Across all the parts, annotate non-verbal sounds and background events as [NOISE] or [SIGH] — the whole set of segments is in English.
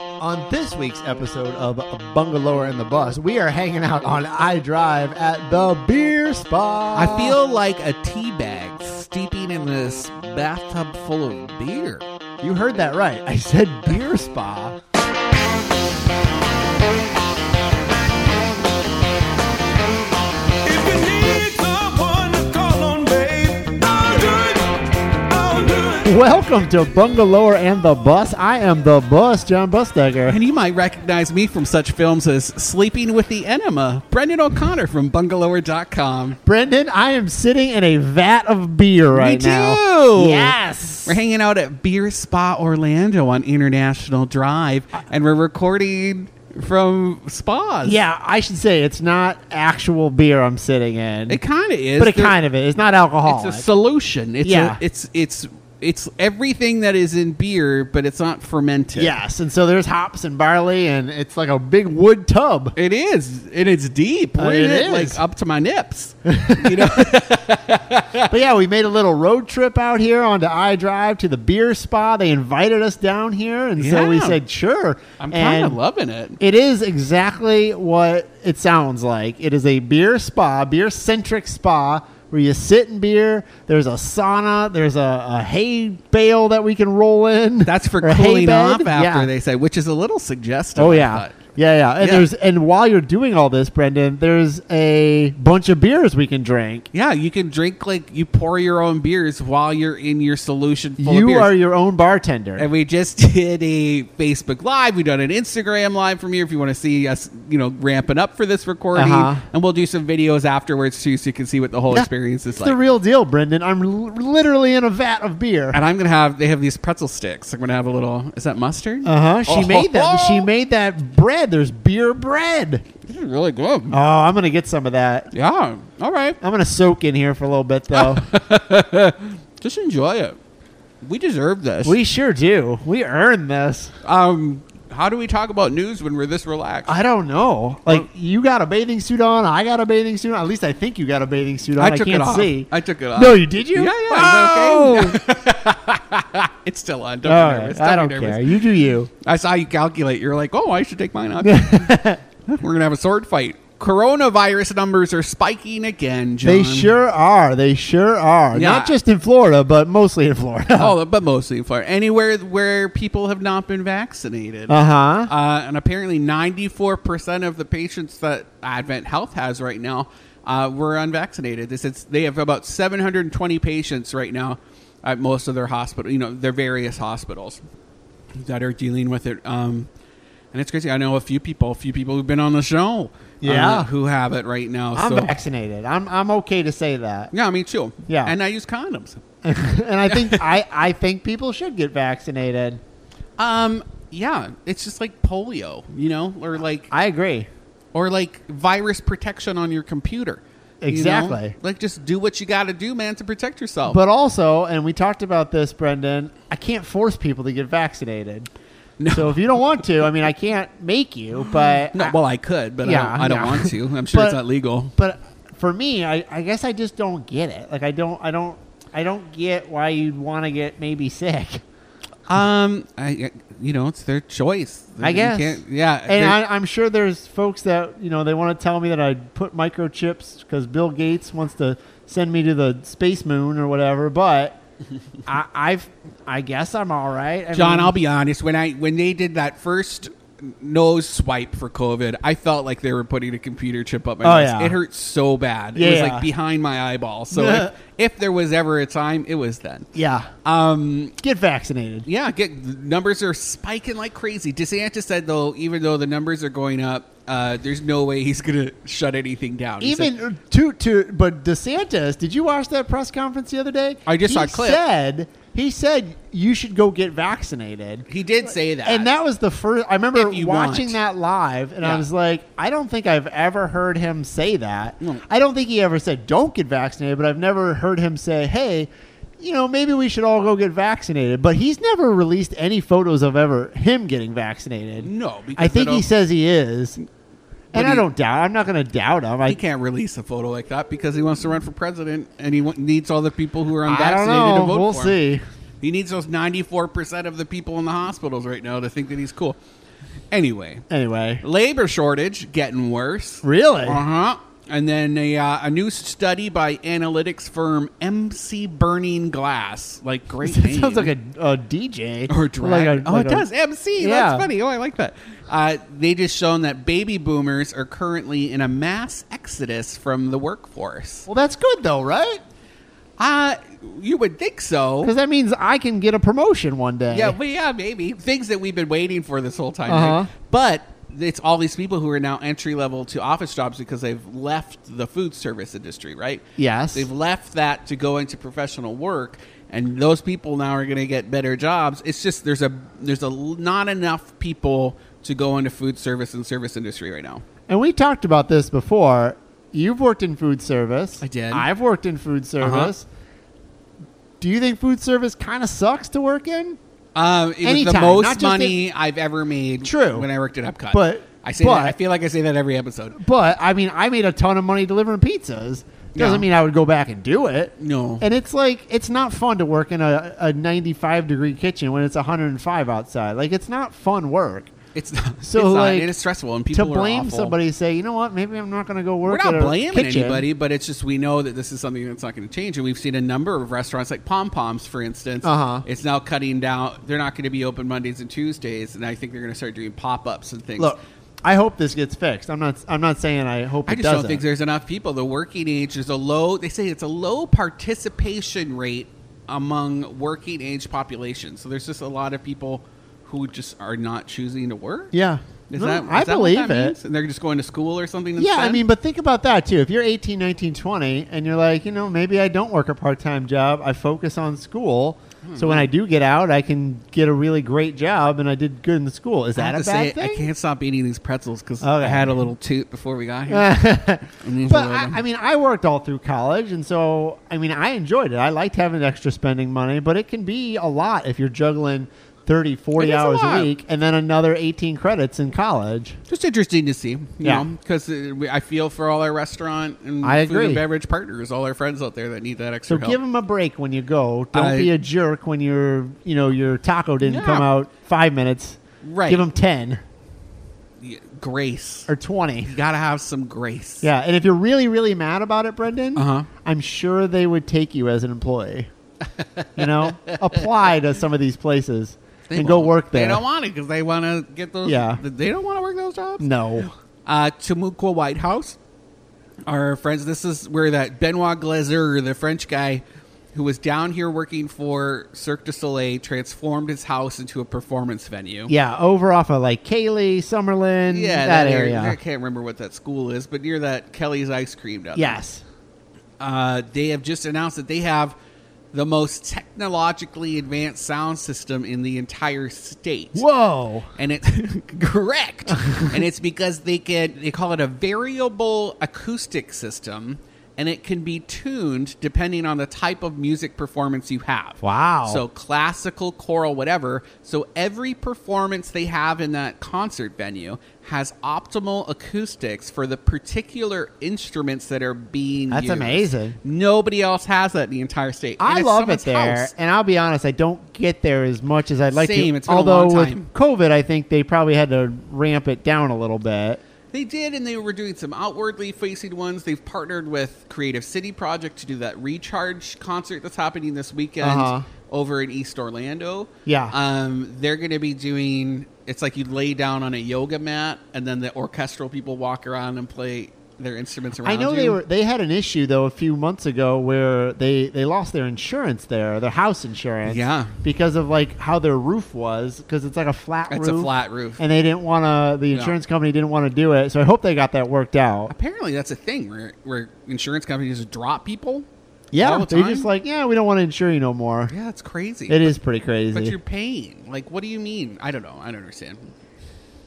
On this week's episode of Bungalower and the Bus, we are hanging out on I Drive at the beer spa. I feel like a tea bag steeping in this bathtub full of beer. you heard that right. I said beer spa. If you need someone to call on, babe, I'll do it. I'll do it. Welcome to Bungalower and the Bus. I am the bus, John Bustecker. And you might recognize me from such films as Sleeping with the Enema, Brendan O'Connor from Bungalower.com. Brendan, I am sitting in a vat of beer right Me now. too. Yes. We're hanging out at Beer Spa Orlando on International Drive, and we're recording from spas. Yeah, I should say it's not actual beer I'm sitting in, It kind of is. but it There- kind of is. It's not alcoholic. It's a solution. It's Yeah. A, it's, it's, it's everything that is in beer, but it's not fermented. Yes, and so there's hops and barley, and it's like a big wood tub. It is, and it's deep. Uh, We're in it it, is. like up to my [LAUGHS] nips. You know, But yeah, we made a little road trip out here onto I Drive to the beer spa. They invited us down here, and so we Yeah. said sure. I'm kind of And loving it. It is exactly what it sounds like. It is a beer spa, beer centric spa. Where you sit in beer, there's a sauna, there's a, a hay bale that we can roll in. That's for [LAUGHS] or a hay cooling bed. off after Yeah. they say, which is a little suggestive. Oh I yeah. thought. Yeah, yeah. And Yeah. there's and while you're doing all this, Brendan, there's a bunch of beers we can drink. yeah. You can drink like you pour your own beers while you're in your solution. Full of you beers. are your own bartender. and we just [LAUGHS] did a Facebook Live. We've done an Instagram Live from here if you want to see us, you know, ramping up for this recording. Uh-huh. And we'll do some videos afterwards too, so you can see what the whole Yeah. experience is it's like. the real deal, Brendan. I'm l- literally in a vat of beer. and I'm gonna have they have these pretzel sticks. I'm gonna have a little. Is that mustard? Uh huh. She Oh. made that. [LAUGHS] She made that bread. There's beer bread. This is really good. Oh, I'm gonna get some of that. Yeah. All right. I'm gonna soak in here for a little bit [LAUGHS] though. Just enjoy it. We deserve this. we sure do. We earned this. um, how do we talk about news when we're this relaxed? I, I don't know. Like you got a bathing suit on. I got a bathing suit on. At least I think you got a bathing suit on. I, took can't it off. see. I took it off. No, you did you? Yeah, yeah. [LAUGHS] Oh! is it okay? it's still on. Don't All be right, nervous. Don't I don't be nervous. care. You do you. I saw you calculate. You're like, oh, I should take [LAUGHS] mine out. We're gonna have a sword fight. Coronavirus numbers are spiking again. John. They sure are. They sure are. Yeah. Not just in Florida, but mostly in [LAUGHS] Florida. Oh, but mostly in Florida. Anywhere where people have not been vaccinated. Uh huh. Uh, and apparently, 94% of the patients that Advent Health has right now uh, were unvaccinated. They said s- they have about 720 patients right now at most of their hospital, you know, their various hospitals that are dealing with it. Um, and it's crazy. I know a few people, a few people who've been on the show, uh, Yeah. who have it right now. I'm so vaccinated. I'm I'm okay to say that. yeah, me too. Yeah. and I use condoms. and I think I I think people should get vaccinated. Um, yeah, it's just like polio, you know, or like I agree. or like virus protection on your computer. you know? Exactly. Like just do what you got to do, man, to protect yourself. But also, and we talked about this, Brendan. I can't force people to get vaccinated. So if you don't want to, I mean, I can't make you. But [LAUGHS] no, I- well, I could, but Yeah, I don't, I yeah. don't want to. I'm sure it's But- not legal. but for me, I, I guess I just don't get it. Like I don't I don't I don't get why you'd want to get maybe sick. Um, I, you know, it's their choice. I You guess. can't- yeah, And they- I, I'm sure there's folks that you know they want to tell me that I put microchips because Bill Gates wants to send me to the space moon or whatever. [LAUGHS] But I, I've I guess I'm all right. I John, mean, I'll be honest. When I when they did that first nose swipe for COVID, I felt like they were putting a computer chip up my Oh, nose. yeah. It hurt so bad. It Yeah. was like behind my eyeball. [LAUGHS] So if, if there was ever a time, it was then. yeah Um, get vaccinated. Yeah, get the numbers are spiking like crazy. DeSantis said though, even though the numbers are going up, uh, there's no way he's going to shut anything down. He said- Even uh, to to but DeSantis, did you watch that press conference the other day? I just he saw a clip. Said he said you should go get vaccinated. he did say that, And that was the first. I remember If you watching want. that live, and I Yeah. was like, I don't think I've ever heard him say that. No. I don't think he ever said don't get vaccinated, but I've never heard him say, hey. You know, maybe we should all go get vaccinated, but he's never released any photos of ever him getting vaccinated. No, because I think they he don't- says he is, and I he- don't doubt. I'm not going to doubt him. I he can't release a photo like that because he wants to run for president and he wa- needs all the people who are I don't unvaccinated to know. vote We'll for him. see. He needs those 94 percent of the people in the hospitals right now to think that he's cool. Anyway, Anyway, labor shortage getting worse. really? Uh huh. And then a, uh, a new study by analytics firm MC Burning Glass, like great [LAUGHS] [LAUGHS] That name. sounds like a, a DJ or drag. Like a- oh, like it a- does. MC. Yeah. That's funny. Oh, I like that. Uh, they just shown that baby boomers are currently in a mass exodus from the workforce. Well, that's good though, right? Uh, you would think so. Because that means I can get a promotion one day. Yeah, well, yeah, maybe things that we've been waiting for this whole time. Uh-huh. right? But it's all these people who are now entry level to office jobs because they've left the food service industry, right? Yes. They've left that to go into professional work, and those people now are going to get better jobs. It's just there's a there's a l- not enough people to go into food service and service industry right now. And we talked about this before. You've worked in food service. I did. Uh-huh. I've worked in food service. Do you think food service kind of sucks to work in? Um, it was the Anytime, not most just money I've ever made. True. When I worked at Epcot, But- I say that- but- I feel like I say that every episode. But I mean, I made a ton of money delivering pizzas. Doesn't Yeah. mean I would go back and do it. No. And it's like it's not fun to work in a, a 95 degree kitchen when it's 105 outside. Like it's not fun work. It's not, So, it's not, like, it is stressful, and people to are blame awful. somebody, say you know what, maybe I'm not going to go We're work. not at a blaming kitchen. anybody, but it's just we know that this is something that's not going to change. And we've seen a number of restaurants, like Pom Poms, for instance. Uh-huh. It's now cutting down. They're not going to be open Mondays and Tuesdays, and I think they're going to start doing pop ups and things. Look, I hope this gets fixed. I'm not. I'm not saying I hope I it just doesn't. don't think there's enough people. The working age is a low. They say it's a low participation rate among working age population. So there's just a lot of people who just are not choosing to work. yeah, Is No, that, I is that what believe that it. means? And they're just going to school or something. Yeah, I instead? mean, but think about that too. If you're 18, 19, 20, and you're like, you know, maybe I don't work a part time job, I focus on school. So Hmm. when I do get out, I can get a really great job, and I did good in the school. Is I that have a to say bad it, I thing? can't stop eating these pretzels because I Okay. Eh. had a little toot before we got here. but And these are I, the- I mean, I worked all through college, and so I mean, I enjoyed it. I liked having extra spending money, but it can be a lot if you're juggling 30, 40 It is a hours lot. a week, and then another 18 credits in college. Just interesting to see, you Yeah. because I feel for all our restaurant and I food and agree. beverage partners, all our friends out there that need that So extra give 'em help. give them a break when you go. Don't I- be a jerk when your you know your taco didn't Yeah. come out five minutes. Right. Give them ten Yeah, grace. or twenty. You gotta have some grace. Yeah, and if you're really really mad about it, Brendan, Uh-huh. I'm sure they would take you as an employee. you [LAUGHS] know, apply to some of these places They and go won't. work there. They don't want it because they want to get those. Yeah. they don't want to work those jobs. no. uh, Tamukwa White House. Our friends, this is where that Benoit Glazer, the French guy who was down here working for Cirque du Soleil, transformed his house into a performance venue. Yeah, over off of like Kaylee, Summerlin, Yeah, that, area. I can't remember what that school is, but near that Kelly's Ice Cream down there. Yes. Uh, they have just announced that they have the most technologically advanced sound system in the entire state. Whoa. and it's [LAUGHS] correct and it's because they can they call it a variable acoustic system and it can be tuned depending on the type of music performance you have Wow. so classical choral whatever so every performance they have in that concert venue has optimal acoustics for the particular instruments that are being That's used. amazing. nobody else has that in the entire state And I it's love it someone's there, house. and I'll be honest, I don't get there as much as I'd like Same, to. it's been a Although long with time. COVID, I think they probably had to ramp it down a little bit. They did, and they were doing some outwardly facing ones. They've partnered with Creative City Project to do that recharge concert that's happening this weekend Uh-huh. over in East Orlando. Yeah. Um, they're going to be doing it's like you lay down on a yoga mat, and then the orchestral people walk around and play their instruments around I know you. they were they had an issue though a few months ago where they they lost their insurance there, their house insurance, Yeah. because of like how their roof was because it's like a flat It's a roof, flat roof. and they didn't want to. The Yeah. insurance company didn't want to do it, so I hope they got that worked out. Apparently, that's a thing where, where insurance companies just drop people. Yeah, all the they time? just like yeah, we don't want to insure you no more. yeah, it's crazy. It is pretty crazy. but you're That's paying. Like, what do you mean? I don't know. I don't understand.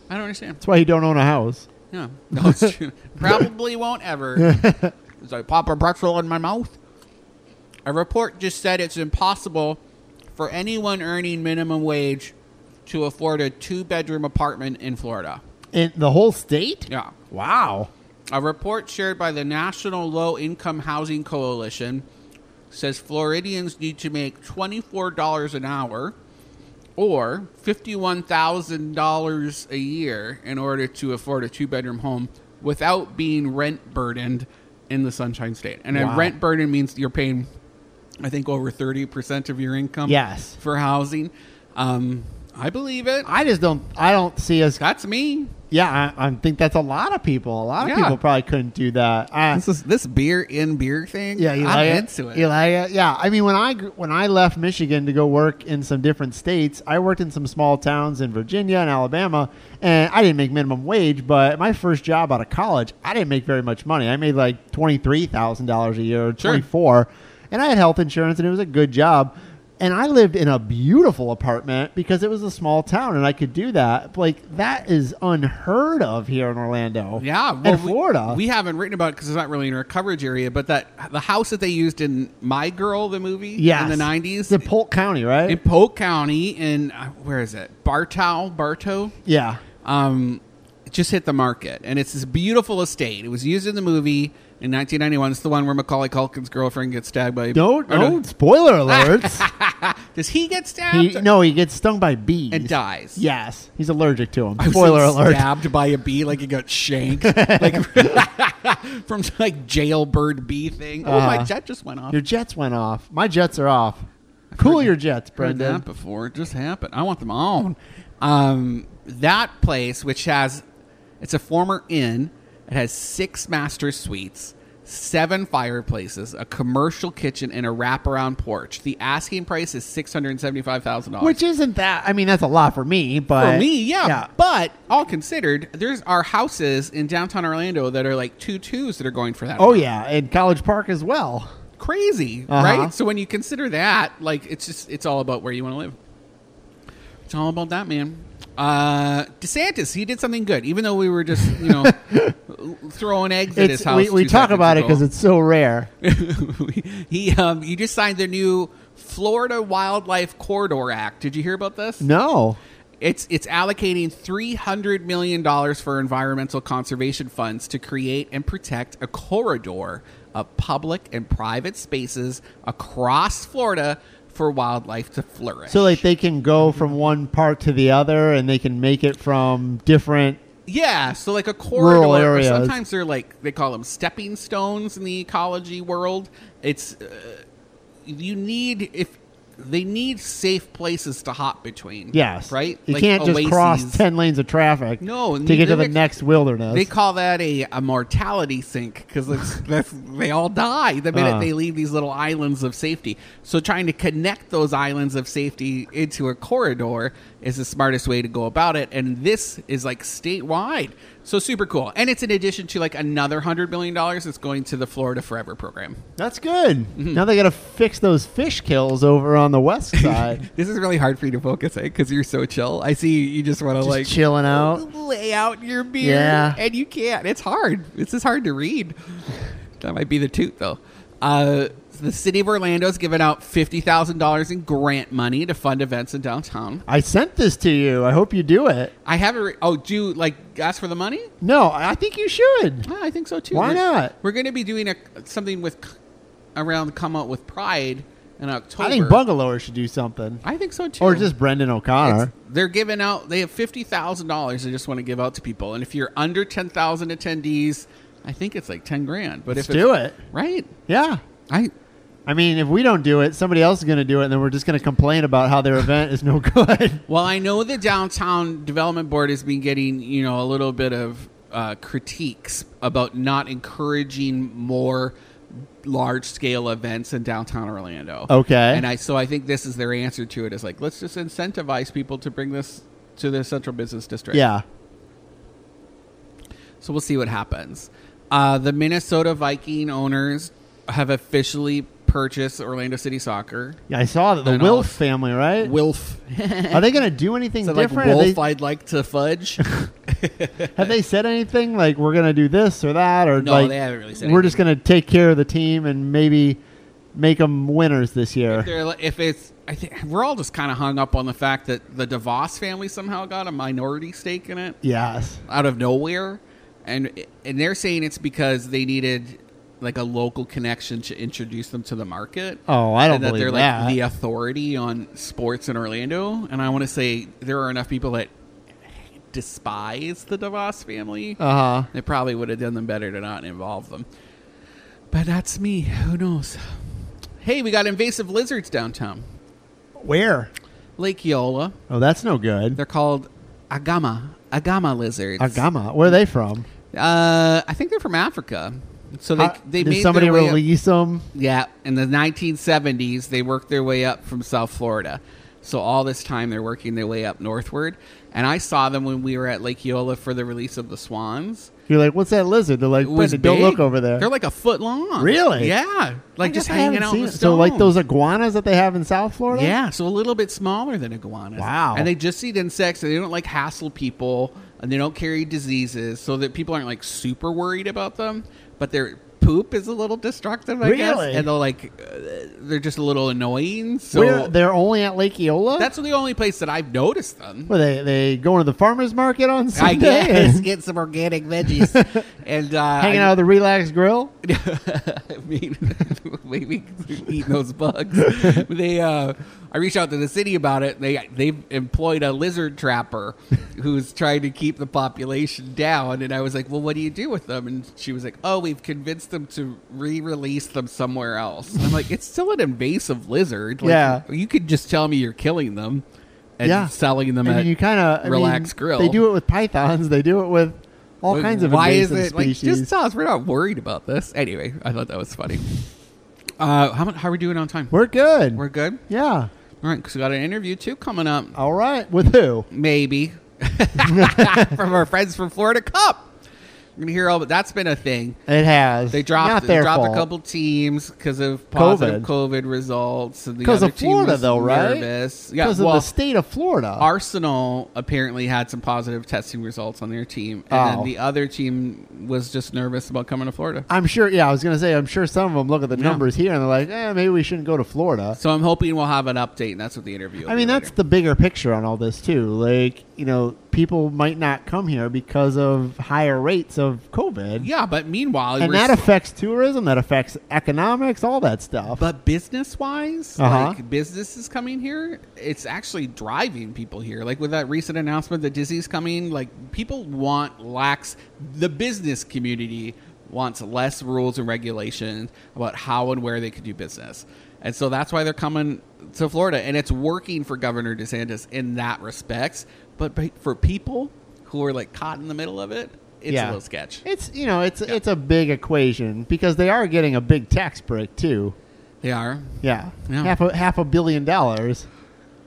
I don't understand. why you don't own a house. Yeah, [LAUGHS] no, it's true. Probably won't ever. As I pop a pretzel in my mouth. A report just said it's impossible for anyone earning minimum wage to afford a two-bedroom apartment in Florida. In the whole state? Yeah. Wow. A report shared by the National Low Income Housing Coalition says Floridians need to make $24 an hour or $51,000 a year in order to afford a two bedroom home without being rent burdened in the Sunshine State. And a Wow. rent burden means you're paying, I think, over 30% of your income Yes. for housing. Um, I believe it. I just don't. I don't see us. That's me. Yeah, I, I think that's a lot of people. A lot of Yeah. people probably couldn't do that. I, This is this beer in beer thing. yeah, you like I'm it? into it. You like it? uh, Yeah. I mean, when I gr- when I left Michigan to go work in some different states, I worked in some small towns in Virginia and Alabama, and I didn't make minimum wage. But my first job out of college, I didn't make very much money. I made like twenty three thousand dollars a year, or Sure. twenty four, and I had health insurance, and it was a good job. And I lived in a beautiful apartment because it was a small town, and I could do that. Like that is unheard of here in Orlando. Yeah, and we- Florida. We, haven't written about it because it's not really in our coverage area. But that the house that they used in My Girl, the movie, Yes. in the nineties, It's in Polk County, right? in Polk County, in uh, where is it, Bartow, Bartow, yeah. um, it just hit the market, and it's this beautiful estate. It was used in the movie in 1991. It's the one where Macaulay Culkin's girlfriend gets stabbed by. Don't, or no, don't [LAUGHS] spoiler alerts. Does he get stabbed? he, no, he gets stung by bees And dies. Yes, he's allergic to them. I was, Spoiler like, alert. Stabbed by a bee, like he [LAUGHS] got shanked, like [LAUGHS] from like jailbird bee thing. Oh, my Uh-huh. jet just went off. Your jets went off. My jets are off. Cool your jets, heard Brendan. that before. It just happened. I want them on. Um, that place, which has, it's a former inn. It has six master suites, seven fireplaces, a commercial kitchen, and a wraparound porch. The asking price is six hundred seventy-five thousand dollars. Which isn't that. I mean, that's a lot for me, but for me, yeah, But all considered, there's our houses in downtown Orlando that are like two twos that are going for that. Oh amount. yeah, in College Park as well. crazy, Uh-huh. right? So when you consider that, like, it's just it's all about where you want to live. It's all about that, man. Uh, DeSantis, he did something good, even though we were just [LAUGHS] you know throwing eggs at his It's, house. we we two talk seconds about it ago. because [LAUGHS] it's so rare. he um, he just signed the new Florida Wildlife Corridor Act. Did you hear about this? No, It's it's allocating three hundred million dollars for environmental conservation funds to create and protect a corridor of public and private spaces across Florida for wildlife to flourish. so like they can go from one part to the other, and they can make it from different. yeah, so like a corridor. Rural or areas. Sometimes they're like they call them stepping stones in the ecology world. It's uh, you need if they need safe places to hop between. Yes, right. You Like can't just cross oases. ten lanes of traffic. No, to get to the they- next wilderness. They call that a, a mortality sink because [LAUGHS] that's, they all die the minute Uh. they leave these little islands of safety. So trying to connect those islands of safety into a corridor is the smartest way to go about it. And this is like statewide, so super cool. And it's in addition to like another hundred million dollars that's going to the Florida Forever program. That's good. Mm-hmm. Now they got to fix those fish kills over on the [LAUGHS] west side. This is really hard for you to focus on because you're so chill. I see you just want to Just like chilling out. lay out your beer, Yeah. and you can't. It's hard. It's just hard to read. That might be the toot, though. Uh, the city of Orlando has given out fifty thousand dollars in grant money to fund events in downtown. I sent this to you. I hope you do it. I haven't. Re- oh, do you, like ask for the money? No, I I think you should. Yeah, I think so too. Why We're- not? We're going to be doing a something with c- around come out with Pride in October. I think Bungalower should do something, I think so too. or just Brendan It's- O'Connor. they're giving out. They have fifty thousand dollars. They just want to give out to people. And if you're under ten thousand attendees, I think it's like ten grand. But Let's if it's- do it. right? Yeah. I I mean, if we don't do it, somebody else is going to do it, and then we're just going to complain about how their event is no [LAUGHS] good. well, I know the downtown development board has been getting you know a little bit of uh, critiques about not encouraging more large scale events in downtown Orlando. Okay. and I so I think this is their answer to it is like let's just incentivize people to bring this to the central business district. Yeah. So we'll see what happens. Uh, the Minnesota Viking owners have officially purchased Orlando City Soccer. Yeah, I saw that the And all- Wilf family, right? Wilf. Are they going to do anything So like different? Have they- Wolf, I'd like [LAUGHS] to fudge. Have they said anything like we're going to do this or that or No, like they haven't really said we're just going to take care of the team and maybe make them winners this year? They're like- if it's, I think we're all just kind of hung up on the fact that the DeVos family somehow got a minority stake in it Yes. out of nowhere, and and they're saying it's because they needed like a local connection to introduce them to the market. Oh, I don't and that they're believe like that. the authority on sports in Orlando. And I want to say there are enough people that despise the DeVos family. Uh huh. They probably would have done them better to not involve them. But that's me. Who knows? Hey, we got invasive lizards downtown. Where? Lake Yola. Oh, that's no good. They're called agama. Agama lizards. Agama. Where are they from? Uh, I think they're from Africa. So they How- they did made somebody their way up- release them? yeah, in the 1970s, they worked their way up from South Florida. So all this time, they're working their way up northward. And I saw them when we were at Lake Eola for the release of the swans. You're like, what's that lizard? They're like, It was Brenda, don't big. look over there. They're like a foot long. Really? Yeah, I like just guess I haven't hanging out. seen in the it. So like stone. those iguanas that they have in South Florida. Yeah, so a little bit smaller than iguanas. Wow. And they just eat insects and they don't like hassle people and they don't carry diseases so that people aren't like super worried about them, but their poop is a little destructive, I guess. Really? And they'll like, uh, they're just a little annoying. So Where- they're only at Lake Eola. that's the only place that I've noticed them. where they they going to the farmers market on [LAUGHS] I Sunday. guess and get some organic veggies [LAUGHS] and uh, Hanging I- out of the Relax Grill. I [LAUGHS] mean, maybe eating [LAUGHS] those bugs. they, uh, I reached out to the city about it. They they've employed a lizard trapper who's trying to keep the population down. And I was like, well, what do you do with them? And she was like, oh, we've convinced them to re-release them somewhere else. And I'm like, it's still an invasive lizard. Like, Yeah. you could just tell me you're killing them and Yeah. selling them I at mean, you kind of Relax mean, Grill. They do it with pythons. They do it with all Like, kinds of why is invasive it like species. just tell us we're not worried about this anyway i thought that was funny uh how, mu- how are we doing on time We're good. Uh, We're good yeah. all right because we got an interview too coming up All right. With who? [LAUGHS] maybe from our friends from florida cup we're gonna hear all but that's been a thing It has. they dropped, Not they their dropped fault. a couple teams because of positive COVID, results. and the 'Cause other of Florida, team was though, right? Nervous. Yeah, because of well, the state of Florida. Arsenal apparently had some positive testing results on their team, and Oh. then the other team was just nervous about coming to Florida. I'm sure. Yeah, I was gonna say. I'm sure some of them look at the Yeah. numbers here and they're like, eh, maybe we shouldn't go to Florida. So I'm hoping we'll have an update, and that's what the interview. will I mean, be that's later. the bigger picture on all this too. Like, you know, people might not come here because of higher rates of COVID, yeah. But meanwhile, and we're that s- affects tourism. That affects economics. All that stuff. but business wise, Uh-huh. like businesses coming here, it's actually driving people here. Like with that recent announcement that Disney's coming, like people want lax. The business community wants less rules and regulations about how and where they could do business, and so that's why they're coming to Florida, and it's working for Governor DeSantis in that respects. But pe- for people who are like caught in the middle of it, it's Yeah. a little sketch. it's you know, it's it's a big equation because they are getting a big tax break too. They are Yeah, Yeah. half a half a billion dollars.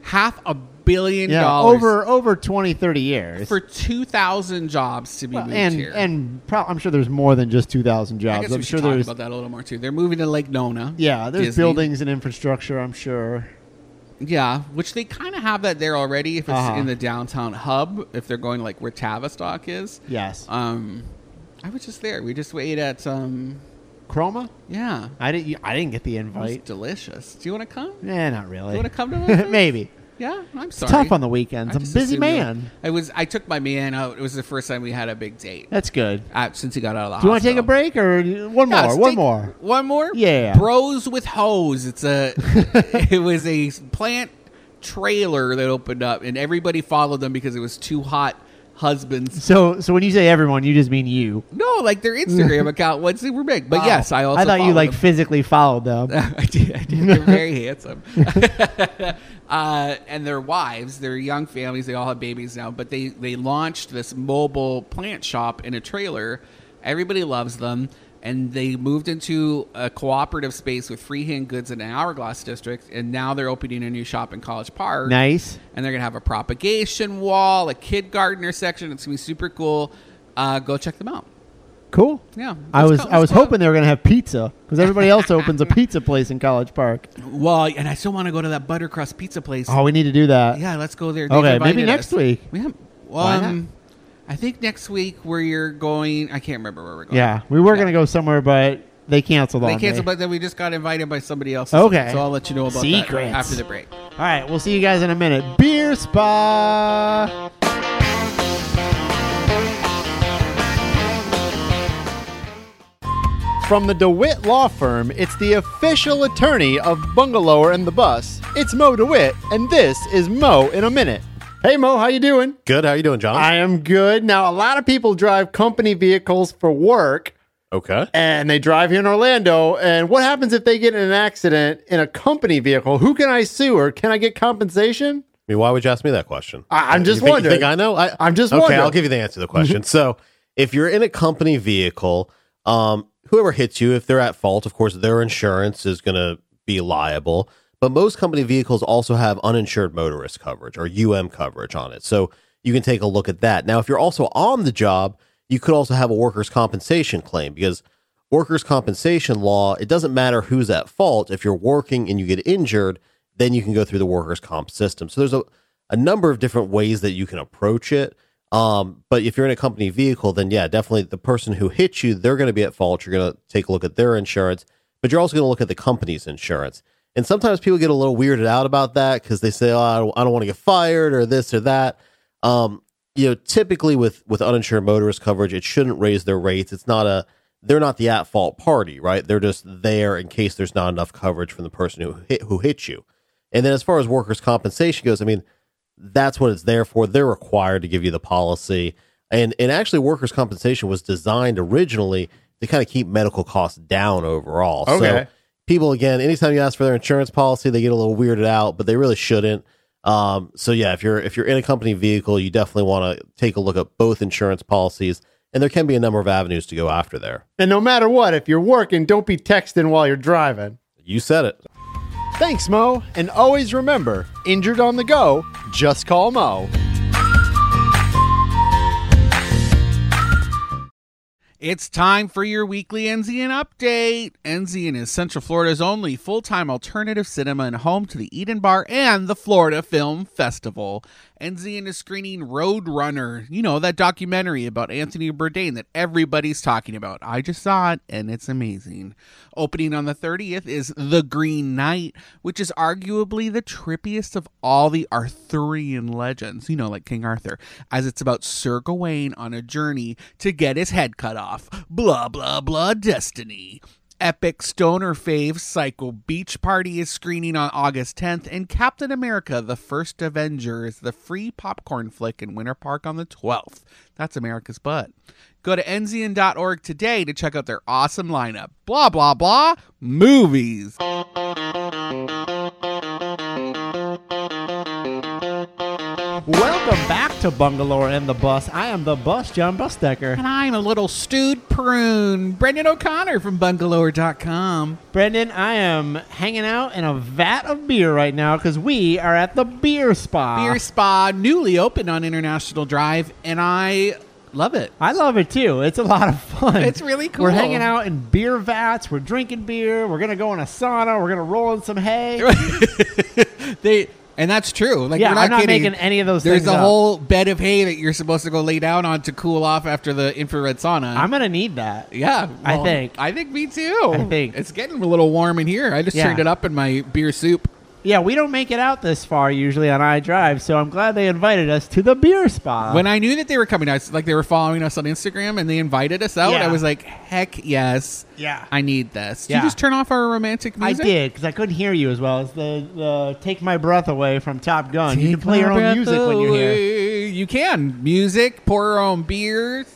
half a billion Yeah, dollars over over 20, 30 years. for two thousand jobs to be moved and here. and pro- I'm sure there's more than just two thousand I jobs. guess I'm we should sure talk there's about that a little more too. They're moving to Lake Nona. yeah, there's Disney. buildings and infrastructure. I'm sure. Yeah, which they kind of have that there already. If it's Uh-huh. in the downtown hub, if they're going like where Tavistock is. Yes, Um, I was just there. We just ate at um, Chroma. yeah, I didn't. I didn't get the it was invite. delicious. Do you want to come? Nah, not really. [LAUGHS] You wanna come to my place? Maybe. Yeah, I'm sorry. It's tough on the weekends. I I'm a just busy assumed you- man. I was. I took my man out. It was the first time we had a big date That's good. uh, since he got out of the. Do you want to hospital. take a break or one Yeah, more? let's One take more. One more? Yeah. Bros with hose. [LAUGHS] It's a it was a plant trailer that opened up and everybody followed them because it was two hot husbands. So, so when you say everyone, you just mean you. No, like [LAUGHS] their Instagram account once they were big. But yes, I also Oh, I thought you followed like them. physically followed them. [LAUGHS] I did, I did. They're very [LAUGHS] handsome. uh, and their wives, their young families, they all have babies now, but they, they launched this mobile plant shop in a trailer. Everybody loves them. And they moved into a cooperative space with Freehand Goods in an Hourglass District. And now they're opening a new shop in College Park Nice. and they're gonna have a propagation wall, a kid gardener section. It's gonna be super cool. Uh, go check them out. Cool. Yeah, I let's was go, I was let's go. hoping they were gonna have pizza because everybody [LAUGHS] else opens a pizza place in College Park. Well, and I still want to go to that buttercrust pizza place. Oh, we need to do that. Yeah, let's go there. Okay, invited maybe next week. We have, Why not? um, I think next week where you're going, I can't remember where we're going. Yeah, we were Yeah. gonna go somewhere, but they canceled. They on canceled, me. but then we just got invited by somebody else. Okay. So I'll let you know about Secrets. that after the break. All right, we'll see you guys in a minute. Beer spa. From the DeWitt Law Firm, it's the official attorney of Bungalower and the Bus. It's Mo DeWitt, and this is Mo in a Minute. Hey Mo, how you doing? Good. How you doing, John? I am good. Now, a lot of people drive company vehicles for work, okay. and they drive here in Orlando. And what happens if they get in an accident in a company vehicle? Who can I sue, or can I get compensation? I mean, why would you ask me that question? I- I'm You just think, you wondering. think I know? I, I'm just okay. wondering. Mm-hmm. I'll give you the answer to the question. so, if you're in a company vehicle, um, whoever hits you, if they're at fault, of course, their insurance is going to be liable. But most company vehicles also have uninsured motorist coverage or UM coverage on it, so you can take a look at that. Now, if you're also on the job, you could also have a workers' compensation claim because workers' compensation law, it doesn't matter who's at fault. If you're working and you get injured, then you can go through the workers' comp system. So there's a, a number of different ways that you can approach it. Um, but if you're in a company vehicle, then yeah, definitely the person who hit you, they're going to be at fault. You're going to take a look at their insurance, but you're also going to look at the company's insurance. And sometimes people get a little weirded out about that because they say, oh, I don't, I don't want to get fired or this or that. Um, you know, typically with with uninsured motorist coverage, it shouldn't raise their rates. It's not a they're not the at fault party, right? They're just there in case there's not enough coverage from the person who hit who hit you. And then as far as workers' compensation goes, I mean, that's what it's there for. They're required to give you the policy. And and actually workers' compensation was designed originally to kind of keep medical costs down overall. Okay. So people again, anytime you ask for their insurance policy, they get a little weirded out, but they really shouldn't. Um, so yeah, if you're if you're in a company vehicle, you definitely want to take a look at both insurance policies, and there can be a number of avenues to go after there. And no matter what, if you're working, don't be texting while you're driving. You said it. Thanks, Mo. And always remember injured on the go, just call Mo. It's time for your weekly Enzian update. Enzian is Central Florida's only full time alternative cinema and home to the Eden Bar and the Florida Film Festival. Enzian is screening Roadrunner, you know, that documentary about Anthony Bourdain that everybody's talking about. I just saw it and it's amazing. Opening on the 30th is The Green Knight, which is arguably the trippiest of all the Arthurian legends, you know, like King Arthur, as it's about Sir Gawain on a journey to get his head cut off. Blah, blah, blah, destiny. Epic stoner fave Psycho Beach Party is screening on August 10th, and Captain America The First Avenger is the free popcorn flick in Winter Park on the 12th. That's America's butt. Go to enzian.org today to check out their awesome lineup. Blah, blah, blah, movies. Welcome back to Bungalow and the Bus. I am the Bus, John Busdecker. And I'm a little stewed prune, Brendan O'Connor from bungalower.com. Brendan, I am hanging out in a vat of beer right now because we are at the beer spa. Beer Spa, newly opened on International Drive, and I love it. I love it too. It's a lot of fun. It's really cool. We're hanging out in beer vats. We're drinking beer. We're gonna go in a sauna. We're gonna roll in [LAUGHS] some hay. They and that's true. Like Yeah, we're not I'm not kidding. making any of those There's things a up. whole bed of hay that you're supposed to go lay down on to cool off after the infrared sauna. I'm gonna need that. yeah, I well, think. I think me too. I think. it's getting a little warm in here. I just Yeah. turned it up in my beer soup. Yeah, we don't make it out this far usually on iDrive, so I'm glad they invited us to the beer spa. when I knew that they were coming out, like they were following us on Instagram and they invited us out, Yeah. I was like, heck yes. Yeah. I need this. Did Yeah. you just turn off our romantic I music? did because I couldn't hear you as well as the, the "Take My Breath Away" from Top Gun. you can Take play your my own breath music when you're here. away. You can. Music, pour your own beers,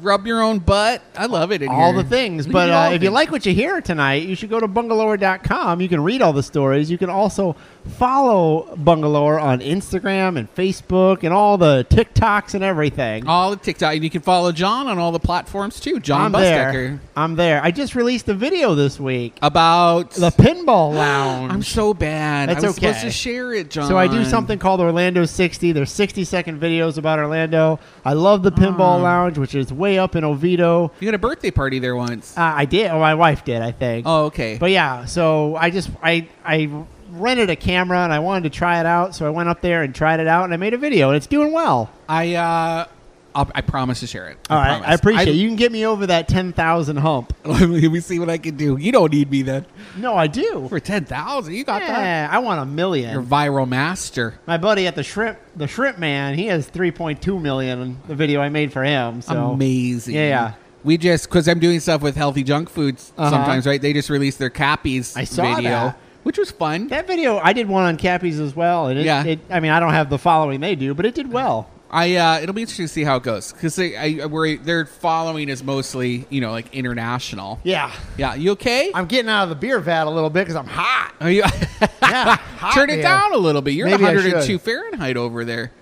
rub your own butt. I love it. In All here. the things, We but do all uh, the if you things. like what you hear tonight, you should go to bungalower.com. You can read all the stories. You can also follow Bungalower on Instagram and Facebook and all the TikToks and everything. all the TikTok, and you can follow John on all the platforms too. John I'm Bustecker there. I'm there. I just released a video this week. about The Pinball Lounge. I'm so bad. That's I was supposed okay. to share it, John. So I do something called Orlando 60. There's 60 second videos about Orlando. I love the Pinball Lounge, which is way up in Oviedo. You had a birthday party there once. Uh, I did, or my wife did, I think. oh, okay. But yeah, so I just I I rented a camera and I wanted to try it out, so I went up there and tried it out, and I made a video, and it's doing well. I uh, I'll, I promise to share it. All right, I promise. appreciate it. you can get me over that 10,000 hump. [LAUGHS] Let me see what I can do. You don't need me then. No, I do. For ten thousand, you got that. Yeah, I want a You're a million. viral master. My buddy at the shrimp, the shrimp man, he has 3.2 million. The video I made for him, so Amazing. Yeah, yeah. We just because I'm doing stuff with healthy junk foods Uh-huh. sometimes, right? They just released their Cappies I saw video, that. which was fun. That video, I did one on Cappies as well, and it, Yeah. it, I mean, I don't have the following they do, but it did well. I uh, it'll be interesting to see how it goes because they, I, I worry their following is mostly you know like international. Yeah, Yeah, you okay? I'm getting out of the beer vat a little bit because I'm [LAUGHS] hot. Are you? Yeah, [LAUGHS] [LAUGHS] hot Turn it beer. down a little bit. You're Maybe I 102 should. Oh, Fahrenheit over there.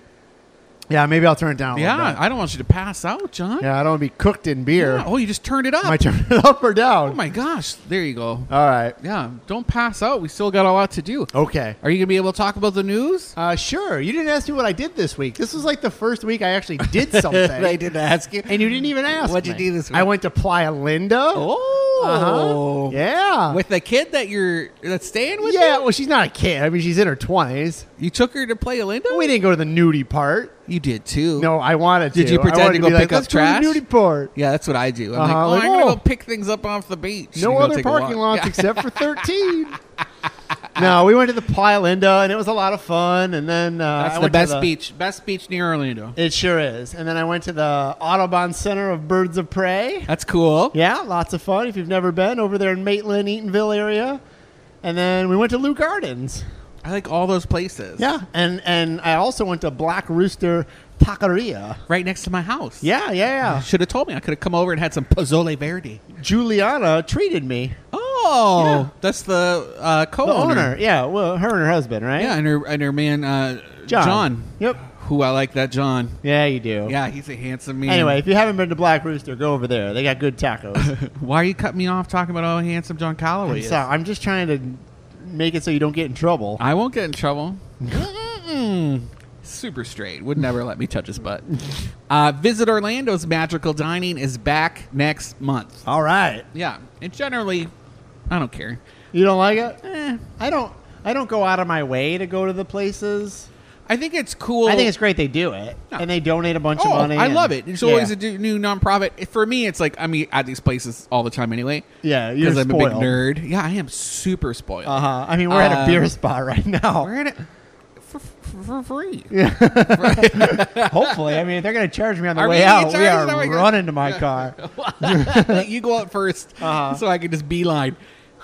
Yeah, maybe I'll turn it down. A Yeah, little bit. I don't want you to pass out, John. yeah, I don't want to be cooked in beer. Yeah, Oh, you just turned it up. Am I turning it [LAUGHS] up or down? oh my gosh, there you go. All right. Yeah, don't pass out. We still got a lot to do. Okay. Are you gonna be able to talk about the news? Uh, sure. You didn't ask me what I did this week. This was like the first week I actually did something. I didn't ask you. And you didn't even ask. What'd you me. do this I week? went to Playa Linda. Oh, Uh-huh. Yeah. with the kid that you're that's staying with. yeah. you? Well, she's not a kid. I mean, she's in her twenties. you took her to play Alinda. We didn't go to the nudie part. you did too. No, I wanted to. Did you I pretend wanted to go be pick up like, Let's go to trash?" the nudie part. Yeah, that's what I do. I'm Uh-huh, like, like, oh, I'm whoa. gonna go pick things up off the beach. No and go other take a parking walk. lots except for thirteen. Ah. no, we went to the Playa Linda, and it was a lot of fun. And then uh, That's I the went to best beach. Best beach near Orlando. It sure is. And then I went to the Audubon Center of Birds of Prey. That's cool. Yeah, lots of fun if you've never been over there in Maitland, Eatonville area. And then we went to Lou Gardens. I like all those places. Yeah, and and I also went to Black Rooster Taqueria. Right next to my house. Yeah, yeah, Should have told me. I could have come over and had some pozole verde. yeah. Juliana treated me. Oh, Yeah. that's the uh, The co-owner. owner. yeah. Well, her and her husband, right? Yeah, and her and her man uh, John. John. Yep. who I like that John. Yeah, you do. Yeah, he's a handsome man. Anyway, if you haven't been to Black Rooster, go over there. They got [LAUGHS] good tacos. why are you cutting me off talking about how handsome John Calloway I'm, is? so, I'm just trying to make it so you don't get in trouble. I won't get in trouble. Mm-mm. Super straight. Would never let me touch his butt. Uh, Visit Orlando's Magical Dining is back next month. All right. Yeah. And generally, I don't care. You don't like it? Eh, I don't. I don't go out of my way to go to the places. I think it's cool. I think it's great they do it, and they donate a bunch Oh, of money. I and- love it. It's yeah. always a d- new nonprofit. For me, it's like I'm at these places all the time anyway. Yeah, you're Because I'm a big spoiled. nerd. Yeah, I am super spoiled. Uh huh. I mean, we're at a Um, beer spot right [LAUGHS] now. We're in it for, for, for free. [LAUGHS] Hopefully, I mean, if they're going to charge me on the Are we way gonna out, get we charged? are Oh my God. running [LAUGHS] to my car. you go out 1st Uh-huh. so I can just beeline.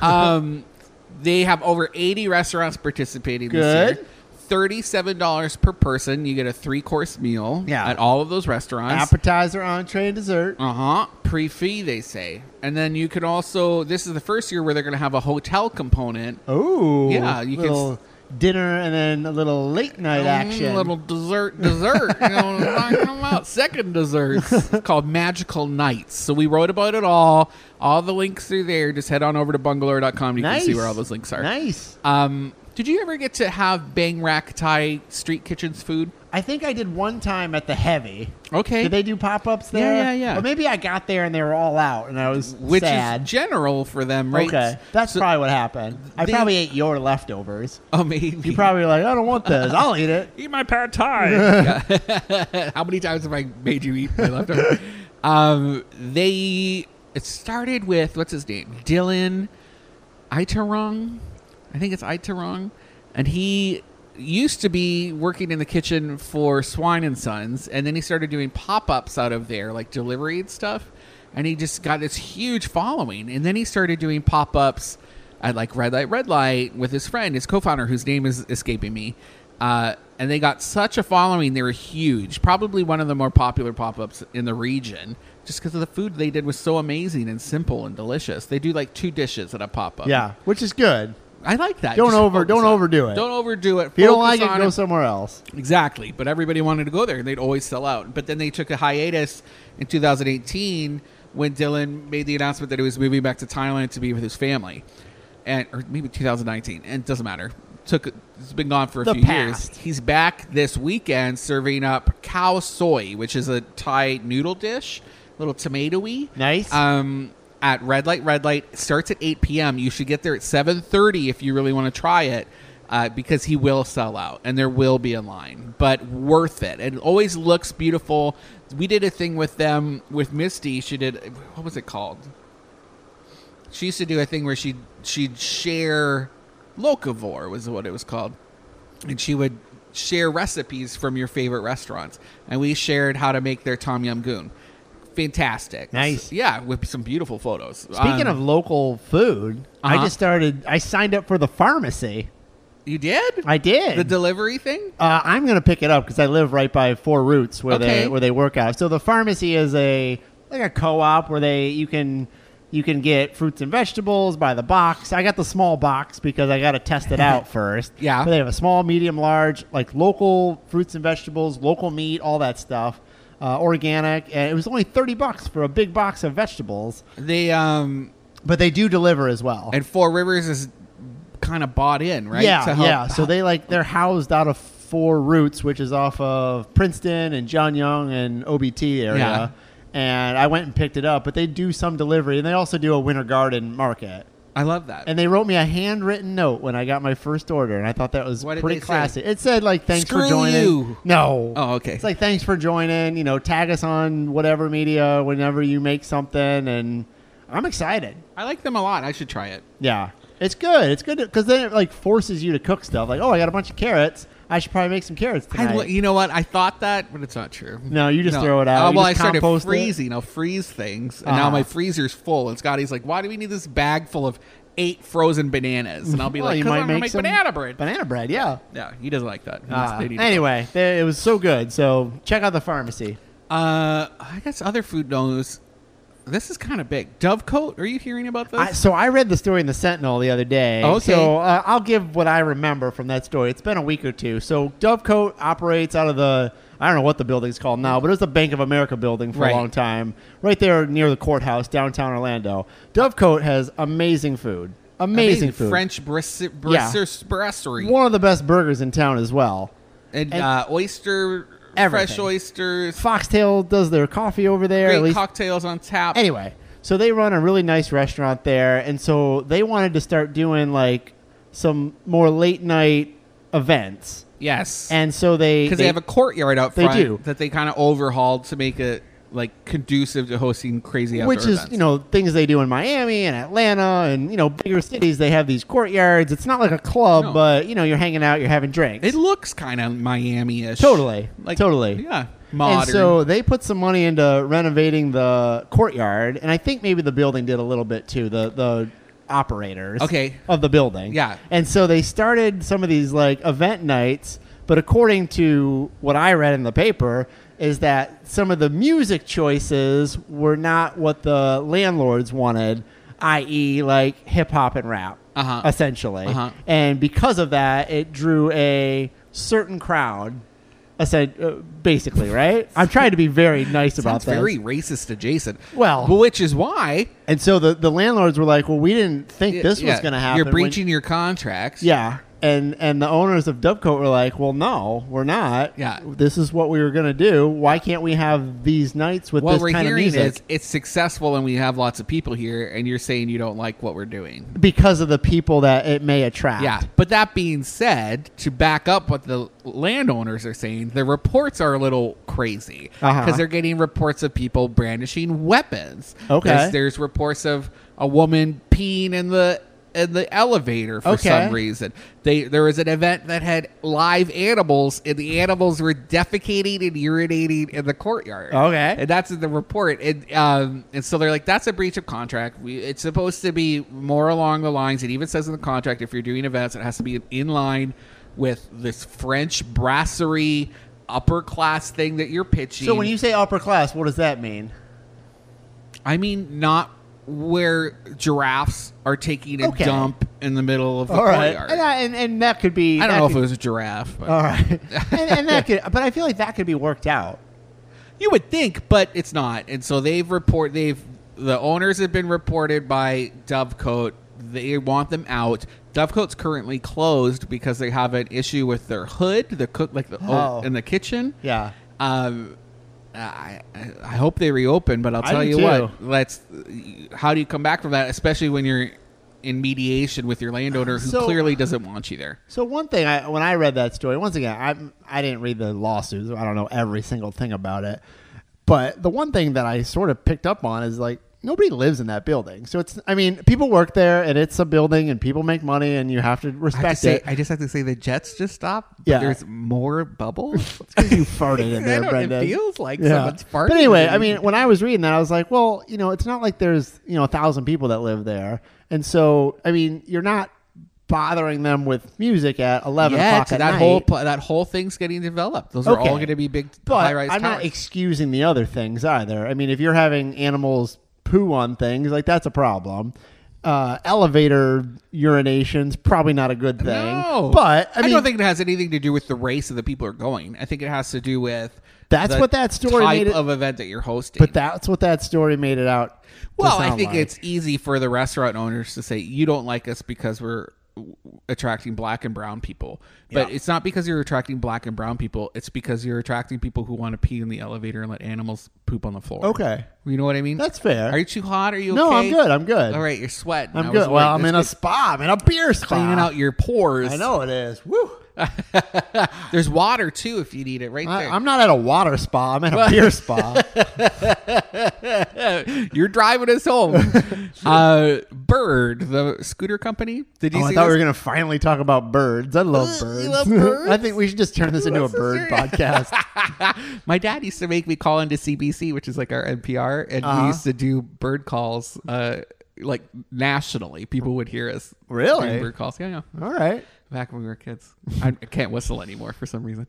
Um, [LAUGHS] they have over 80 restaurants participating Good. this year. $37 per person. You get a three course meal Yeah. at all of those restaurants. Appetizer, entree, and dessert. uh huh. Pre fee, they say. And then you can also, this is the first year where they're going to have a hotel component. Ooh, Yeah, you can s- little dinner and then a little late night action. Mm, little dessert, dessert. you know what [LAUGHS] I'm talking about? Second desserts It's called Magical Nights. So we wrote about it all. All the links are there. Just head on over to bungalow.com. You nice. can see where all those links are. Nice. Um, did you ever get to have Bang Rack Thai street kitchens food? I think I did one time at the heavy. Okay. Did they do pop ups Yeah, there? yeah, yeah. Or maybe I got there and they were all out, and I was Which sad. is general for them, right? Okay, that's So- probably what happened. I They- probably ate your leftovers. Oh, maybe. You probably were like, I don't [LAUGHS] want this. I'll eat it. eat my pad thai. How many times have I made you eat my [LAUGHS] leftovers? um, they it started with what's his name, Dylan Itarong. I think it's Itarong, and he used to be working in the kitchen for Swine and Sons, and then he started doing pop ups out of there, like delivery and stuff. And he just got this huge following, and then he started doing pop ups at like red light, red light with his friend, his co-founder, whose name is escaping me. Uh, and they got such a following; they were huge. Probably one of the more popular pop-ups in the region, just because of the food they did was so amazing and simple and delicious. They do like two dishes at a pop-up. Yeah, which is good. I like that. Don't Just over- focus don't on it. overdo it. Don't overdo it. If you don't Focus like it, on go somewhere else. Exactly. But everybody wanted to go there and they'd always sell out. But then they took a hiatus in 2018 when Dylan made the announcement that he was moving back to Thailand to be with his family. And or maybe 2019, and it doesn't matter. Took it's been gone for a The few past. years. He's back this weekend serving up cow soy, which is a Thai noodle dish, a little tomatoey. Nice. Um at Red Light, Red Light It starts at 8 p.m. You should get there at 7:30 if you really want to try it, uh, because he will sell out and there will be a line. But worth it. It always looks beautiful. We did a thing with them with Misty. She did what was it called? She used to do a thing where she she'd share locavore was what it was called, and she would share recipes from your favorite restaurants. And we shared how to make their tom yum goon. fantastic. Nice. Yeah, with some beautiful photos. Um, Speaking of local food, I Uh-huh. just started. I signed up for the pharmacy. you did I did. the delivery thing. uh, I'm gonna pick it up because I live right by Four Roots where they Okay. where they work out. So the pharmacy is a like a co-op where they you can you can get fruits and vegetables by the box. I got the small box because I got to test [LAUGHS] it out first. Yeah. but they have a small, medium, large, like local fruits and vegetables, local meat, all that stuff, uh, organic, and it was only thirty bucks for a big box of vegetables. They um But they do deliver as well. and Four Rivers is kind of bought in, right? Yeah, To help- yeah. So they like they're housed out of Four Roots, which is off of Princeton and John Young and OBT area. Yeah. And I went and picked it up, but they do some delivery, and they also do a Winter Garden market. [LAUGHS] I love that. And they wrote me a handwritten note when I got my first order, and I thought that was What did pretty they say? classy. It said like, "Thanks for Screw joining." you. No. Oh, okay. It's like, "Thanks for joining." You know, tag us on whatever media whenever you make something, and I'm excited. I like them a lot. I should try it. Yeah, it's good. It's good because then it like forces you to cook stuff. Like, oh, I got a bunch of carrots. I should probably make some carrots I, tonight. li- you know what? I thought that, but it's not true. No, you just throw it out. Oh, You well, I just started compost it. freezing. I'll freeze things, and now Uh-huh. my freezer's full. And Scotty's like, "Why do we need this bag full of eight frozen bananas?" And I'll be Well, like, you 'Cause might I'm gonna make make some banana bread." Banana bread, yeah. no, he doesn't like that. He wants- Ah, they need to- anyway, they, it was so good. So check out the pharmacy. uh, I guess other food news. This is kind of big. Dovecote. Are you hearing about this? I, so I read the story in the Sentinel the other day. Okay. So uh, I'll give what I remember from that story. It's been a week or two. So Dovecote operates out of the I don't know what the building's called now, but it was the Bank of America building for Right. a long time, right there near the courthouse downtown Orlando. Dovecote has amazing food. Amazing, food. French bris- Yeah. bris- brasserie One of the best burgers in town as well. and, and- uh, oyster, fresh Everything. oysters, Foxtail does their coffee over there. at great least cocktails on tap. anyway, so they run a really nice restaurant there, and so they wanted to start doing like some more late night events, yes, and so they because they, have a courtyard out they front do. that they kind of overhauled to make it like conducive to hosting crazy outdoor which is events. you know things they do in Miami and Atlanta and you know bigger cities. They have these courtyards. It's not like a club, No. but you know you're hanging out, you're having drinks. it looks kind of Miami-ish. Totally. Totally. Yeah, modern. And so they put some money into renovating the courtyard, and I think maybe the building did a little bit too. The the operators, Okay. of the building, Yeah. And so they started some of these like event nights, but according to what I read in the paper, is that some of the music choices were not what the landlords wanted, i.e., like hip hop and rap, Uh-huh. essentially. Uh-huh. And because of that, it drew a certain crowd. I said, uh, basically, right? I'm trying to be very nice about Sounds this. very racist adjacent. Well- which is why and so the, the landlords were like, well, we didn't think this yeah, was going to happen. You're when- breaching your contracts. yeah. And and the owners of Dubcoat were like, well, no, we're not. Yeah. This is what we were going to do. Why can't we have these nights with What this we're kind of hearing music? is it's successful and we have lots of people here, and you're saying you don't like what we're doing. because of the people that it may attract. Yeah, but that being said, to back up what the landowners are saying, the reports are a little crazy because Uh-huh. they're getting reports of people brandishing weapons. Okay. there's, there's reports of a woman peeing in the in the elevator for Okay. some reason. They there was an event that had live animals, and the animals were defecating and urinating in the courtyard. Okay. and that's in the report. And um, and so they're like, that's a breach of contract. We it's supposed to be more along the lines. It even says in the contract if you're doing events, it has to be in line with this French brasserie upper class thing that you're pitching. So when you say upper class, what does that mean? I mean, not where giraffes are taking a Okay. dump in the middle of the All right. courtyard. And, I, and, and that could be. I that don't know if could- it was a giraffe. But All right. [LAUGHS] and, and that could, but I feel like that could be worked out. You would think, but it's not. And so they've report they've the owners have been reported by Dovecoat. They want them out. Dovecoat's currently closed because they have an issue with their hood, the cook like the Oh. in the kitchen. Yeah. Um, I I I hope they reopen, but I'll I tell do you too. what. Let's. How do you come back from that, especially when you're in mediation with your landowner who So- clearly doesn't want you there? So one thing, I, when I read that story, once again, I I didn't read the lawsuits. I don't know every single thing about it, but the one thing that I sort of picked up on is like, nobody lives in that building. So it's, I mean, people work there and it's a building and people make money and you have to I, have to respect say, it. I just have to say the Jets just stopped. but Yeah. there's more bubbles. [LAUGHS] you farted [LAUGHS] in [LAUGHS] I there, don't- Brendan. It feels like Yeah. someone's farting. But anyway, in I me. mean, when I was reading that, I was like, well, you know, it's not like there's you know a thousand people that live there, and so I mean, you're not bothering them with music at eleven yeah, o'clock that at night. whole pl- that whole thing's getting developed. Those are all Okay. going to be big but high-rise I'm not towers. excusing the other things either. I mean, if you're having animals poo on things, like that's a problem. Uh, elevator urination's probably not a good thing. No, But I, mean, don't think it has anything to do with the race of the people who are going. I think it has to do with That's the what that story type made it- of event that you're hosting. but that's what that story made it out. to well, I sound think like. it's easy for the restaurant owners to say you don't like us because we're w- attracting black and brown people. But it's not because you're attracting black and brown people. It's because you're attracting people who want to pee in the elevator and let animals poop on the floor. Okay. you know what I mean. That's fair. Are you too hot? Are you No, I'm okay? good, I'm good. All right, you're sweating. I I'm was good. Well, worried. I'm This in a is spa. I'm in a beer spa. cleaning out your pores. I know it is. Woo. There's water too if you need it right I, there. I'm not at a water spa. I'm at a [LAUGHS] beer spa. You're driving [LAUGHS] us home. [LAUGHS] uh, Bird, the scooter company. Did you Oh, see I thought we this? were going to finally talk about birds. I [LAUGHS] love birds. love birds? I think we should just turn this into a [LAUGHS] bird podcast. [LAUGHS] My dad used to make me call into CBC, which is like our NPR, and Uh-huh. we used to do bird calls uh, like nationally. People would hear us. Really? doing Bird calls. Yeah, yeah. All right. Back when we were kids. I, I can't whistle anymore for some reason.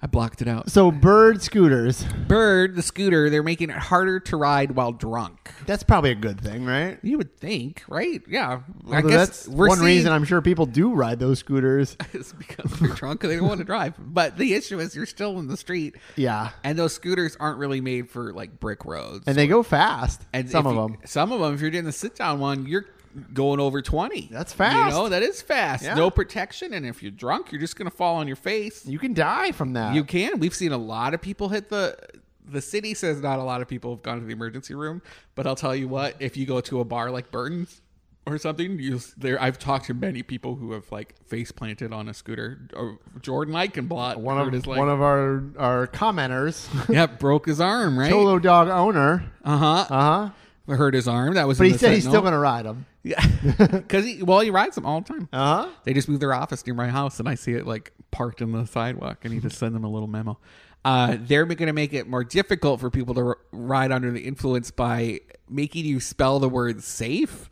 I blocked it out. So, bird scooters. Bird, the scooter, they're making it harder to ride while drunk. That's probably a good thing, right? You would think, right? Yeah. I Although guess that's we're one seeing- [LAUGHS] reason I'm sure people do ride those [LAUGHS] scooters. is because they're drunk and they don't want to drive. But the issue is you're still in the street. Yeah. And those scooters aren't really made for like brick roads. And they go fast. And some if of you- them. Some of them, if you're doing the sit down one, you're going over 20. That's fast. You know, that is fast. Yeah. No protection. And if you're drunk, you're just going to fall on your face. You can die from that. You can. We've seen a lot of people hit the. The city says not a lot of people have gone to the emergency room, but I'll tell you what: if you go to a bar like Burton's or something, you there. I've talked to many people who have like face planted on a scooter. Or Jordan Eichenblatt, one of his leg. Um, one of our our commenters, [LAUGHS] [LAUGHS] yeah, broke his arm, right? Tolo dog owner. Uh huh. Uh huh. Hurt his arm. That was. But in he the said he's still Sentinel. going to ride them. Yeah, [LAUGHS] because he well he rides them all the time. Uh huh. They just moved their office near my house, and I see it like parked in the sidewalk. I need to send them a little memo. Uh, they're going to make it more difficult for people to r- ride under the influence by making you spell the word safe.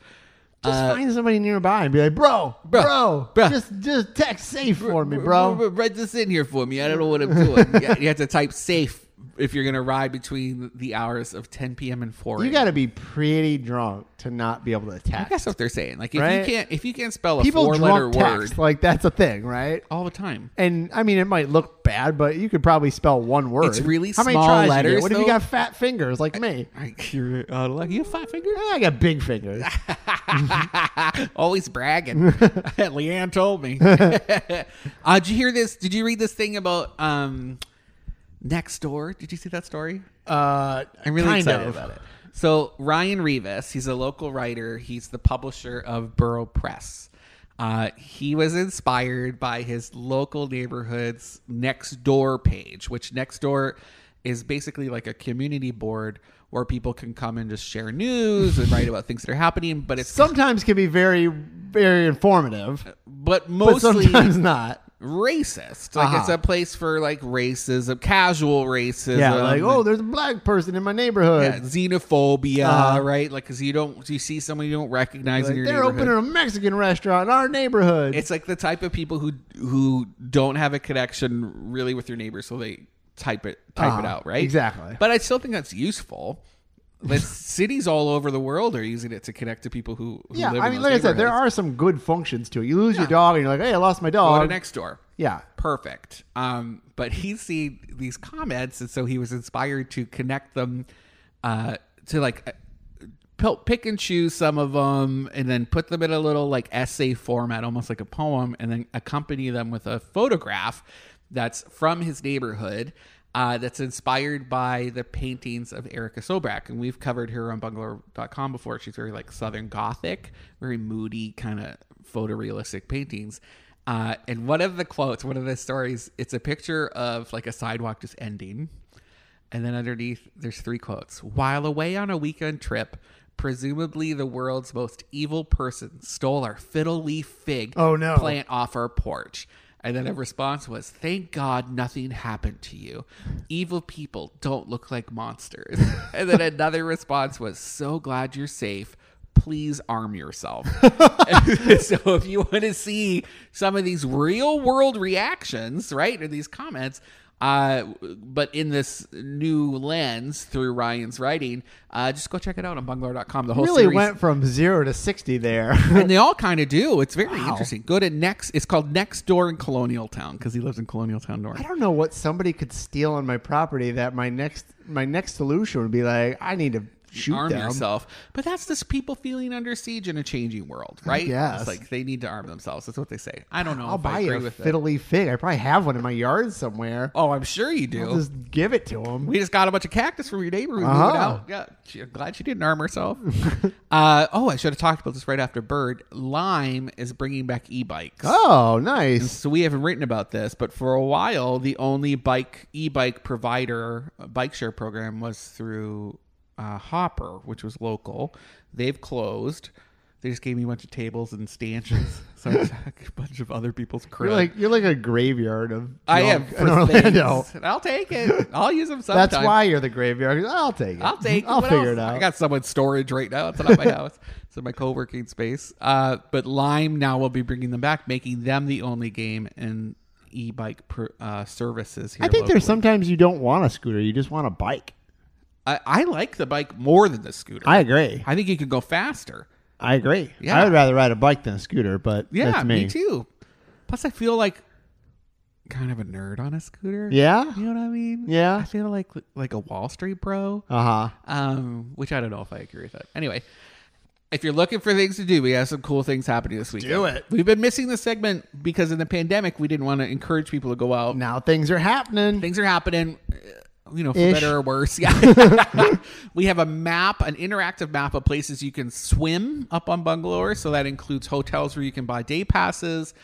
Just find somebody nearby and be like, bro, bro, Uh, bruh. just just text safe for me, bro. Write this in here for me. I don't know what I'm [LAUGHS] doing. you you have to type safe if you're going to ride between the hours of 10 p.m. and 4. You got to be pretty drunk to not be able to I guess text. what they're saying. Like if Right? you can't if you can't spell a People four-letter drunk word text like that's a thing, right? all the time. And I mean, it might look bad, but you could probably spell one word. It's really How many small tries you get? letters, What if you though? got fat fingers like me? I, you're out of luck. You have five fingers. Eh, I got big [LAUGHS] fingers. [LAUGHS] Always bragging. [LAUGHS] Leanne told me. uh, did you hear this? Did you read this thing about um, next door? Did you see that story? Uh, I'm really kind excited of. about it. So Ryan Rivas, he's a local writer. He's the publisher of Borough Press. Uh, he was inspired by his local neighborhood's next door page, which next door is basically like a community board where people can come and just share news and write about things that are happening. But it's Sometimes can be very, very informative, but [LAUGHS] but mostly sometimes not. racist. Like Uh-huh. it's a place for like racism, casual racism. Yeah, like oh, there's a black person in my neighborhood. uh, yeah, xenophobia, Uh-huh. right? Like because you don't you see someone you don't recognize Like, in your they're neighborhood. opening a Mexican restaurant in our neighborhood. it's like the type of people who who don't have a connection really with your neighbors, so they type it type it Uh-huh. out, right? Exactly. But I still think that's useful. [LAUGHS] That cities all over the world are using it to connect to people who, who yeah, live I in mean, those like I said, there neighborhoods. are some good functions to it. You lose your Yeah. dog, and you're like, "Hey, I lost my Go to dog." next door. Yeah, perfect. Um, but he's seen these comments, and so he was inspired to connect them uh, to like uh, p- pick and choose some of them, and then put them in a little like essay format, almost like a poem, and then accompany them with a photograph that's from his neighborhood. Uh, that's inspired by the paintings of Erica Sobrak. And we've covered her on bungalow.com before. She's very like Southern Gothic, very moody, kind of photorealistic paintings. Uh, and one of the quotes, one of the stories, it's a picture of like a sidewalk just ending. And then underneath, there's three quotes. While away on a weekend trip, Presumably, the world's most evil person stole our fiddle leaf fig Oh, no. plant off our porch. And then a response was, Thank God nothing happened to you. Evil people don't look like monsters. [LAUGHS] and then another response was, So glad you're safe. Please [LAUGHS] arm yourself. so if you want to see some of these real world reactions, right, or these comments, uh, but in this new lens through Ryan's writing, uh, just go check it out on bungalow.com. The whole really series went from zero to sixty there. [LAUGHS] and they all kind of do. It's very interesting. Go to next. It's called Next Door in Colonial Town because he lives in Colonial Town North. I don't know what somebody could steal on my property that my next my next solution would be like I need to shoot arm them. yourself, but that's just people feeling under siege in a changing world, right? guess. It's like they need to arm themselves. That's what they say. I don't know. I'll if buy I you agree a with it. fiddle leaf fig. I probably have one in my yard somewhere. Oh, I'm sure you do. I'll just give it to him. We just got a bunch of cactus from your neighbor. We moved Uh-huh. it out. Yeah, she, I'm glad she didn't arm herself. [LAUGHS] uh, oh, I should have talked about this right after Bird. Lime is bringing back e-bikes. oh, nice. So we haven't written about this, but for a while, the only bike e-bike provider uh, bike share program was through uh, Hopper, which was local. They've closed. They just gave me a bunch of tables and stanchions, [LAUGHS] so I just had a bunch of other people's crap. You're like you're like a graveyard of I am [LAUGHS] junk in for Orlando. things. [LAUGHS] I'll take it. I'll use them sometime. That's why you're the graveyard. I'll take it. I'll take. it. I'll What figure else? it out. I got someone's storage right now. It's not [LAUGHS] at my house. It's in my co-working space. Uh, but Lime now will be bringing them back, making them the only game in e-bike per, uh, services. Here I think there's locally. sometimes you don't want a scooter. You just want a bike. I, I like the bike more than the scooter. I agree. I think you can go faster. I agree. Yeah. I would rather ride a bike than a scooter, but Yeah, that's me. too. Plus, I feel like kind of a nerd on a scooter. Yeah. you know what I mean. Yeah. I feel like like a Wall Street bro. Uh huh. um, which I don't know if I agree with that. Anyway, if you're looking for things to do, we have some cool things happening this weekend. Do it. We've been missing this segment because in the pandemic, we didn't want to encourage people to go out. Now things are happening. Things are happening. uh, You know, for Ish. better or [LAUGHS] worse. Yeah. we have a map, an interactive map of places you can swim up on Bungalower. So that includes hotels where you can buy day passes,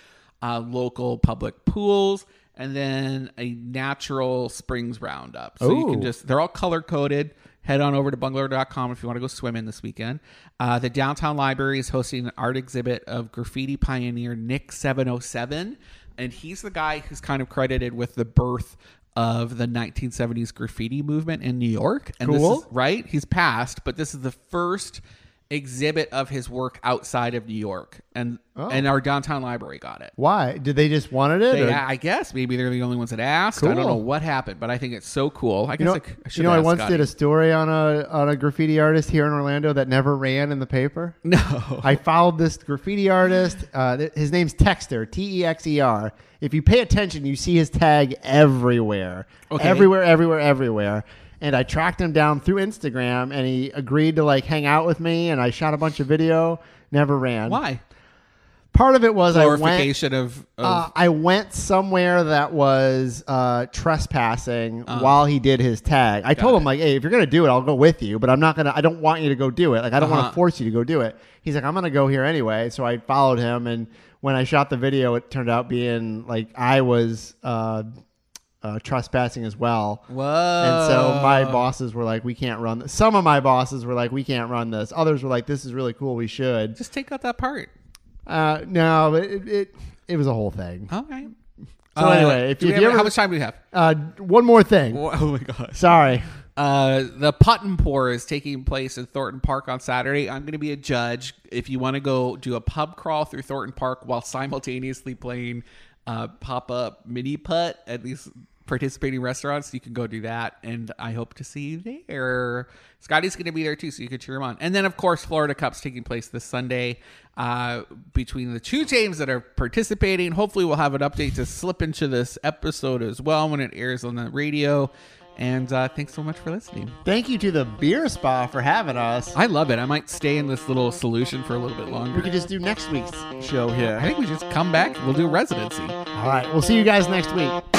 uh, local public pools, and then a natural springs roundup. So you can Ooh. just just- they're all color coded. Head on over to bungalow.com if you want to go swimming this weekend. Uh, the downtown library is hosting an art exhibit of graffiti pioneer Nick 707. And he's the guy who's kind of credited with the birth of the 1970s graffiti movement in New York. And Cool. this is, right? He's passed, but this is the first exhibit of his work outside of New York. And Oh. and our downtown library got it. Why? Did they just wanted it? They- or- I guess maybe they're the only ones that asked. I don't Cool. know what happened, but I think it's so cool. I guess you know, I, c- I should you know, have I asked once Scotty. did a story on a on a graffiti artist here in Orlando that never ran in the paper. [LAUGHS] No. I followed this graffiti artist. Uh, th- his name's Texter, T E X E R. If you pay attention, you see his tag everywhere, Okay. everywhere, everywhere, everywhere. And I tracked him down through Instagram, and he agreed to like hang out with me. And I shot a bunch of video. Never ran. Why? Part of it was I went. Glorification of, of Uh, I went somewhere that was uh, trespassing while he did his tag. I told him Uh. it. like, "Hey, if you're gonna do it, I'll go with you, but I'm not gonna. I don't want you to go do it. Like, I don't Uh-huh. want to force you to go do it." He's like, "I'm gonna go here anyway," so I followed him. And when I shot the video, it turned out being like I was uh, uh, trespassing as well. Whoa. And so my bosses were like, "We can't run." This. Some of my bosses were like, "We can't run this." Others were like, "This is really cool. We should." just take out that part. Uh, no, it, it it was a whole thing. All right. Uh, So anyway, if do you- we if have- you ever- how much time do we have? [LAUGHS] Uh, one more thing. Oh my gosh. Sorry. Uh, the putt and pour is taking place in Thornton Park on Saturday. I'm going to be a judge. If you want to go do a pub crawl through Thornton Park while simultaneously playing uh, pop up mini putt at these participating restaurants, you can go do that. And I hope to see you there. Scotty's going to be there too, so you can cheer him on. And then, of course, Florida Cup's taking place this Sunday uh, between the two teams that are participating. Hopefully, we'll have an update to slip into this episode as well when it airs on the radio. And uh, thanks so much for listening. Thank you to the beer spa for having us. I love it. I might stay in this little solution for a little bit We longer. could just do next week's show I here. think we just come back. We'll do residency. All right. We'll see you guys next week. Oh,